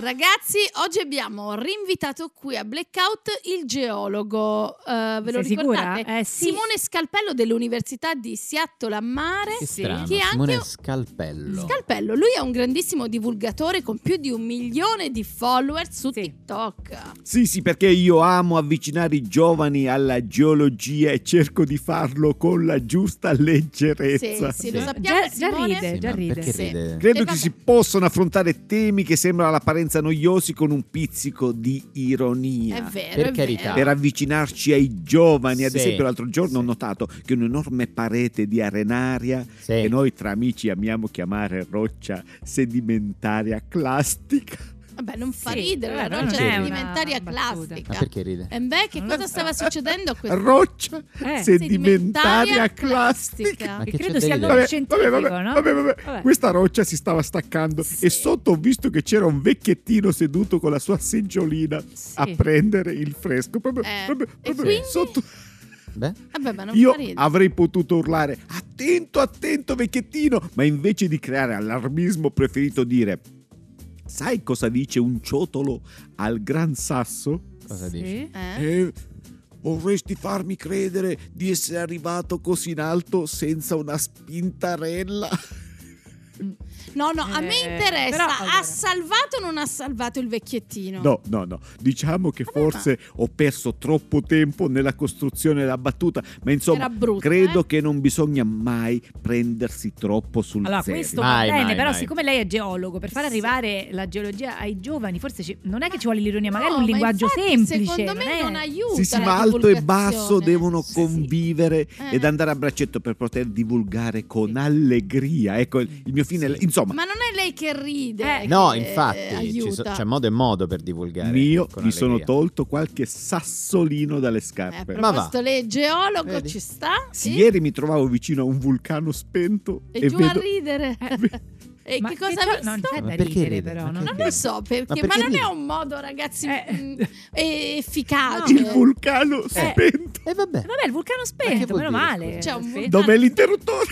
Ragazzi, oggi abbiamo rinvitato qui a Blackout il geologo. Eh, ve lo
Sei
ricordate?
sicura? Eh, sì.
Simone Scalpello dell'Università di Seattle a Mare.
Che strano,
Che è
Simone
anche-
Scalpello.
Scalpello, lui è un grandissimo divulgatore con più di un milione di follower su
Sì.
TikTok.
Sì, sì, perché io amo avvicinare i giovani alla geologia e cerco di farlo con la giusta
Sì,
leggerezza.
sì, lo
Sì.
sappiamo.
Già, già
Simone.
ride,
Sì,
già
ma
ride.
Perché
Sì.
ride?
E
Credo
vabbè.
che si possono affrontare temi che sembrano all'apparenza noiosi con un pizzico di ironia.
È vero,
Per
è
carità.
vero.
per avvicinarci ai giovani. Ad
Sì.
esempio, l'altro giorno ho notato che un'enorme parete di arenaria,
Sì.
che noi tra amici amiamo chiamare roccia sedimentaria clastica,
Vabbè, non fa
Sì,
ridere, la
però
roccia
non è una
sedimentaria
battuta.
Ma
plastica.
perché ride?
E beh, che cosa stava succedendo a questo
roccia
Eh,
sedimentaria clastica.
clastica.
Ma
Che
che
credo
c'è
sia il
da
nome
ridere?
scientifico,
vabbè,
no?
vabbè, vabbè.
Vabbè.
Questa roccia si stava staccando
Sì.
e sotto ho visto che c'era un vecchiettino seduto con la sua seggiolina
Sì.
a prendere il fresco. Proprio,
Eh,
proprio-
e
proprio
quindi?
sotto.
Beh,
Eh, Vabbè, ma non
Io
fa ridere.
avrei potuto urlare attento, attento vecchiettino, ma invece di creare allarmismo ho preferito dire sai cosa dice un ciotolo al gran sasso?
cosa
Sì.
dici?
Eh?
Eh, vorresti farmi credere di essere arrivato così in alto senza una spintarella?
No, no, a me
Eh,
interessa.
però, allora.
Ha salvato o non ha salvato il vecchiettino?
No, no, no, diciamo che forse ho perso troppo tempo nella costruzione della battuta, ma insomma
Era brutto.
credo
eh?
che non bisogna mai prendersi troppo sul
Allora,
serio.
questo
Mm, Mai,
va bene,
mai,
però
mai.
siccome lei è geologo, per far
Sì.
arrivare la geologia ai giovani, forse ci- non è che ci vuole l'ironia, magari
No,
un
ma
linguaggio
infatti,
semplice.
Secondo me
è-
non aiuta.
Sì, sì,
la
ma alto e
divulgazione.
basso devono
Sì, sì.
convivere
Eh.
ed andare a braccetto per poter divulgare con allegria. Ecco, il
Mm.
il mio fine, è- insomma,
Ma non è lei che ride.
Eh.
No,
che, eh,
infatti, ci so-
cioè,
aiuta.
c'è modo e modo per divulgare.
io
con
mi
allegria.
sono tolto qualche sassolino dalle
Eh, a
scarpe.
Ma va.
proposito, lei è geologo,
Vedi?
ci sta.
Sì,
sì?
Ieri mi trovavo vicino a un vulcano spento
E,
e,
giù a
vedo... [laughs]
ridere. [laughs] e
Eh, Ma
che cosa
c'ha-
ha visto?
No, non c'è
Ma
da
perché
ridere,
ride?
però.
Ma
non-
che
non lo so perché, ma,
Ma perché
non
ride?
è un modo, ragazzi,
Eh.
mh, eh, [laughs] efficace.
il vulcano
Eh.
spento
E vabbè.
Vabbè, il vulcano
Ma che
spento,
vuol
meno
dire,
male.
scusa? C'è un
Sì.
vulcano. [laughs]
dov'è l'interruttore?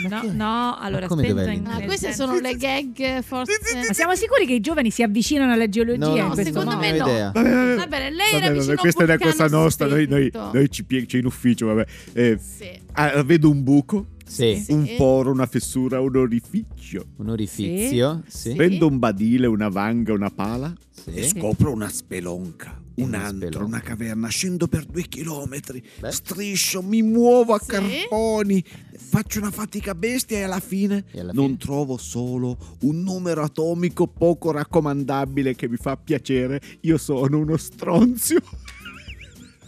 No, no, allora
come
spento
dov'è
in-
l'indirizzo?
Ah,
nel
queste
senso-
sono le gag forse.
Ma siamo sicuri che i giovani si avvicinano alla geologia?
No,
in
no,
questo
secondo
non
modo?
me
ne ho
no.
idea.
Vabbè, vabbè,
Va bene, lei era
vabbè,
vicino a
vabbè, questa è una
vulcano
cosa nostra, noi, noi,
spento.
noi ci pie- cioè in ufficio, vabbè. Eh,
Sì.
ah, vedo un buco,
Sì,
Sì.
un poro, una fessura, un orificio.
un orifizio.
Sì.
Sì.
Prendo un badile, una vanga, una pala
Sì.
e scopro una spelonca, un
Una
antro,
spelonca.
una caverna. Scendo per due chilometri,
Beh.
striscio, mi muovo a
Sì.
carponi, faccio una fatica bestia e alla fine
E alla
non
fine?
trovo solo un numero atomico poco raccomandabile che mi fa piacere. Io sono uno stronzio.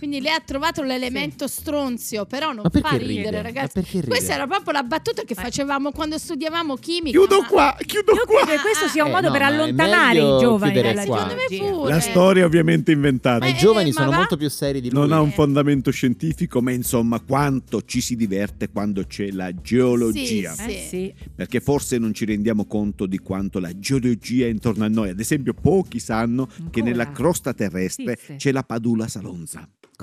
Quindi lei ha trovato l'elemento stronzio, però non
Ma
fa
perché
ridere,
ride?
ragazzi.
Ma perché ride?
Questa era proprio la battuta che facevamo quando studiavamo chimica.
Chiudo
ma-
qua, chiudo
Io
qua.
credo che
Ah,
questo sia un
Eh,
modo
no,
per
ma è
allontanare
meglio
i giovani
chiudere
dalla
qua.
Secondo me
geologia.
pure.
La storia è ovviamente inventata.
Ma i
Eh,
giovani
ma
sono
va?
molto più seri di lui.
Non ha un fondamento scientifico, ma insomma quanto ci si diverte quando c'è la geologia.
Sì,
Eh sì.
Perché forse non ci rendiamo conto di quanto la geologia è intorno a noi. Ad esempio, pochi sanno che
Ancora?
nella crosta terrestre
Esiste.
c'è la padula salonza. Eh,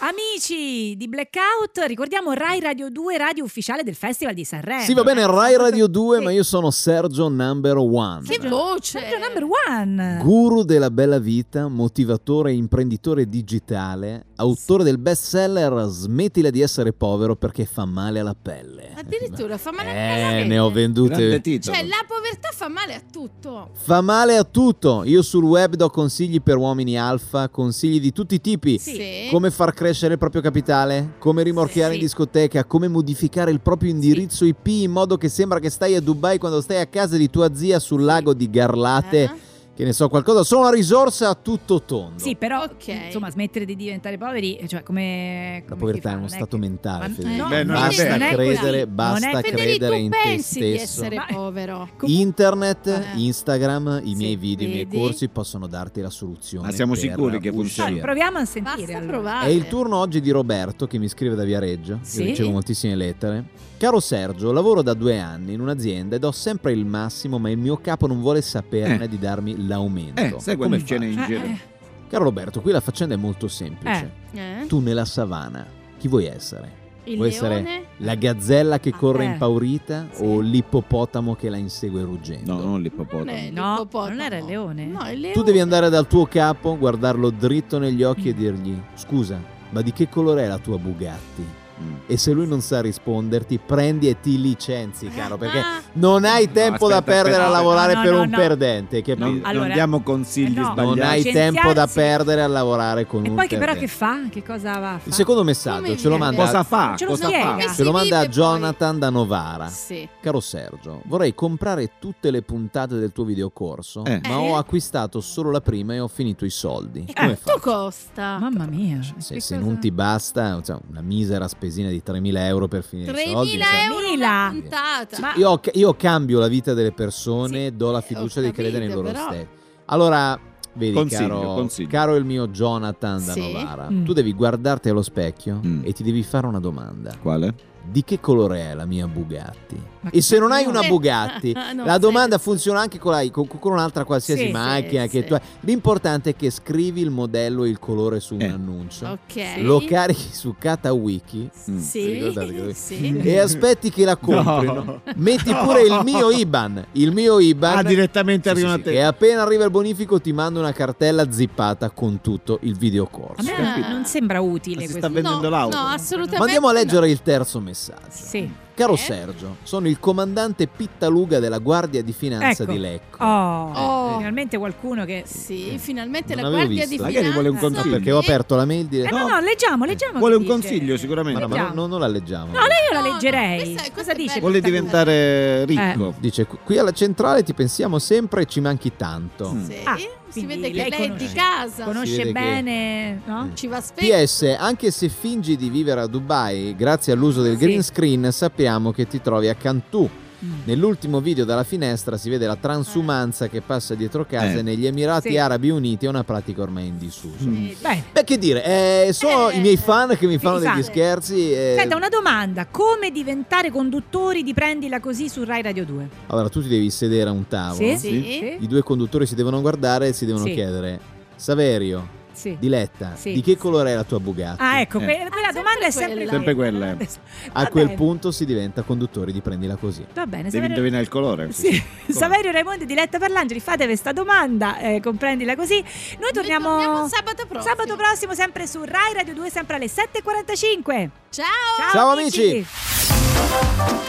Amici di Blackout, ricordiamo Rai Radio 2, radio ufficiale del Festival di Sanremo.
Sì, va bene, Rai Radio 2,
Sì.
ma io sono Sergio Number One.
Che voce!
Sergio Cioè, number one.
Guru della bella vita, motivatore e imprenditore digitale, autore del bestseller Smettila di essere povero perché fa male alla pelle.
Addirittura fa male anche alla
Eh,
pelle.
ne ho vendute.
Cioè, la povertà fa male a tutto.
Fa male a tutto. Io sul web do consigli per uomini alfa, consigli di tutti i tipi.
Sì.
Come far crescere il proprio capitale, come rimorchiare
Sì.
in discoteca, come modificare il proprio indirizzo IP in modo che sembra che stai a Dubai quando stai a casa di tua zia sul lago di Garlate,
Eh?
che ne so qualcosa, sono una risorsa a tutto tondo.
Ah. Sì, però
Ok.
insomma, smettere di diventare poveri, cioè come.
La
come
povertà
si fa,
è uno
non che-
stato mentale,
Ma-
Federico.
no,
Beh, Eh, non è
basta
vero.
credere,
Non è
basta
così.
credere
Federico,
in
tu
te
pensi di
stesso.
essere
Ma-
povero?
Internet,
Eh.
Instagram, i
Sì,
miei video, i miei
vedi?
corsi possono darti la soluzione.
Ma siamo
per
sicuri che
uscire.
Dai,
funzioni?
Cioè, proviamo a sentire.
Basta
allora.
provare.
È il turno oggi di Roberto che mi scrive da Viareggio.
Sì.
Io ricevo moltissime lettere. Caro Sergio, lavoro da due anni in un'azienda e do sempre il massimo, ma il mio capo non vuole saperne
Eh.
di darmi l'aumento.
Eh, sai quando
Come
c'è
faccio?
in
Eh,
giro?
eh,
Caro Roberto, qui la faccenda è molto semplice.
Eh?
Tu nella savana, chi vuoi essere?
Il
Vuoi essere
leone?
La gazzella che
Ah,
corre
eh.
impaurita
Sì.
o l'ippopotamo che la insegue ruggendo?
No, non
Non è
l'ippopotamo.
eh, No,
l'ippopotamo.
non era il leone.
No, il leone.
Tu devi andare dal tuo capo, guardarlo dritto negli occhi
Mm.
e dirgli: Scusa, ma di che colore è la tua Bugatti?
Mm.
E se lui non sa risponderti, prendi e ti licenzi, caro, perché
Ah,
non hai
No,
tempo da
aspetta,
perdere
aspetta.
a lavorare
No, no,
per
no,
un
no.
perdente, capito?
Non,
Non,
Allora-
non diamo consigli
Eh no.
sbagliati.
hai
Licenziarsi.
tempo da perdere a lavorare con
E
un
poi che, però che
perdente.
fa? Che cosa va? a fare?
Il secondo
Come
messaggio ce lo
viene?
manda
Cosa fa?
Ce lo
Cosa
spiega.
fa?
Ce lo
Si
manda
vive poi.
Jonathan da Novara.
Sì.
Caro Sergio, vorrei comprare tutte le puntate del tuo videocorso,
Eh.
ma ho acquistato solo la prima e ho finito i soldi. Come
Quanto
faccio?
costa?
Mamma mia.
Se,
che
se
cosa-
non ti basta, cioè, una misera spesina di 3.000 euro per finire i
3.000
soldi. cioè,
euro una
Mila.
puntata.
Ma-
Io, io cambio la vita delle persone, do la fiducia
ho
di credere in
capito,
loro
però.
stessi. Allora, vedi,
Consiglio,
caro,
consiglio.
caro il mio Jonathan da
Sì.
Novara,
Mm.
tu devi guardarti allo specchio
Mm.
e ti devi fare una domanda.
Quale?
Di che colore è la mia Bugatti?
Ma
e se non hai una
Eh,
Bugatti,
[laughs] no,
la
sì.
domanda funziona anche con, la- con- con un'altra qualsiasi
Sì, sì,
macchina che
sì.
tu hai. L'importante è che scrivi il modello e il colore su un
Eh.
annuncio.
Ok.
Lo carichi su KataWiki
Mm.
[laughs]
Ricordate
Sì.
che- [laughs]
Sì.
e aspetti che la comprino. Metti pure il mio IBAN. Il mio IBAN.
Ah, direttamente
Sì, sì,
arriva a
sì.
te.
E appena arriva il bonifico ti mando una cartella zippata con tutto il
A
videocorso.
me
Capito.
non sembra utile
Ma si
questo.
sta vendendo
no,
l'auto.
No, assolutamente.
Ma andiamo a
no.
leggere il terzo messaggio.
Sì.
Caro
Eh?
Sergio, sono il comandante Pittaluga della Guardia di Finanza
Ecco.
di Lecco.
Oh,
Oh.
finalmente qualcuno che.
Sì, finalmente
Eh, Non
la
avevo
guardia
visto.
di
Magari
finanza.
vuole un
No,
consiglio.
perché ho aperto la mail di
Eh, no,
No.
no, leggiamo, leggiamo.
Vuole
che
un
dice.
consiglio sicuramente.
Ma, no, ma
leggiamo.
non, non la leggiamo.
No, lei io
No,
la
no,
leggerei.
questa è- questa
Cosa
è
dice?
bella.
Vuole
questa cosa? Eh.
diventare ricco.
Dice qui alla centrale ti pensiamo sempre e ci manchi tanto.
Mm.
Sì.
Ah,
si
quindi
vede che
lei
lei, è
conosce.
di casa.
Si
Conosce
vede che-
bene, no?
Mm.
Ci va spesso.
PS, anche se fingi di vivere a Dubai, grazie all'uso del
Sì.
green screen sappiamo che ti trovi a Cantù.
Mm.
Nell'ultimo video dalla finestra si vede la transumanza che passa dietro casa
Eh.
e negli Emirati
Sì.
Arabi Uniti, è una pratica ormai in disuso.
Mm.
Vedi.
Bene.
Beh, che dire, eh, sono
Eh,
i miei fan che mi fanno
i
degli
fan.
scherzi. eh.
Senta, una domanda. Come diventare conduttori di Prendila Così su Rai Radio 2?
Allora, tu ti devi sedere a un tavolo.
Sì?
Sì.
I due conduttori si devono guardare e si devono
Sì.
chiedere: Saverio,
Sì.
Diletta,
Sì.
di che colore è la tua Bugatti?
Ah, ecco,
Eh.
que- quella
Ah,
domanda è
sempre
sempre
Sempre
[laughs]
quella, eh.
A quel punto si diventa conduttori di Prendila Così.
Va bene,
Devi
Saverio...
indovinare il colore.
Sì. [laughs] Saverio Raimondi di Letta Parlangeli, fate questa domanda, eh, comprendila così. Noi torniamo,
torniamo sabato prossimo.
sabato prossimo, sempre su Rai Radio 2, sempre alle 7.45.
Ciao!
Ciao,
Ciao,
amici.
amici.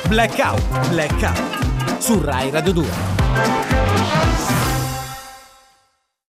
Blackout, blackout su Rai Radio 2.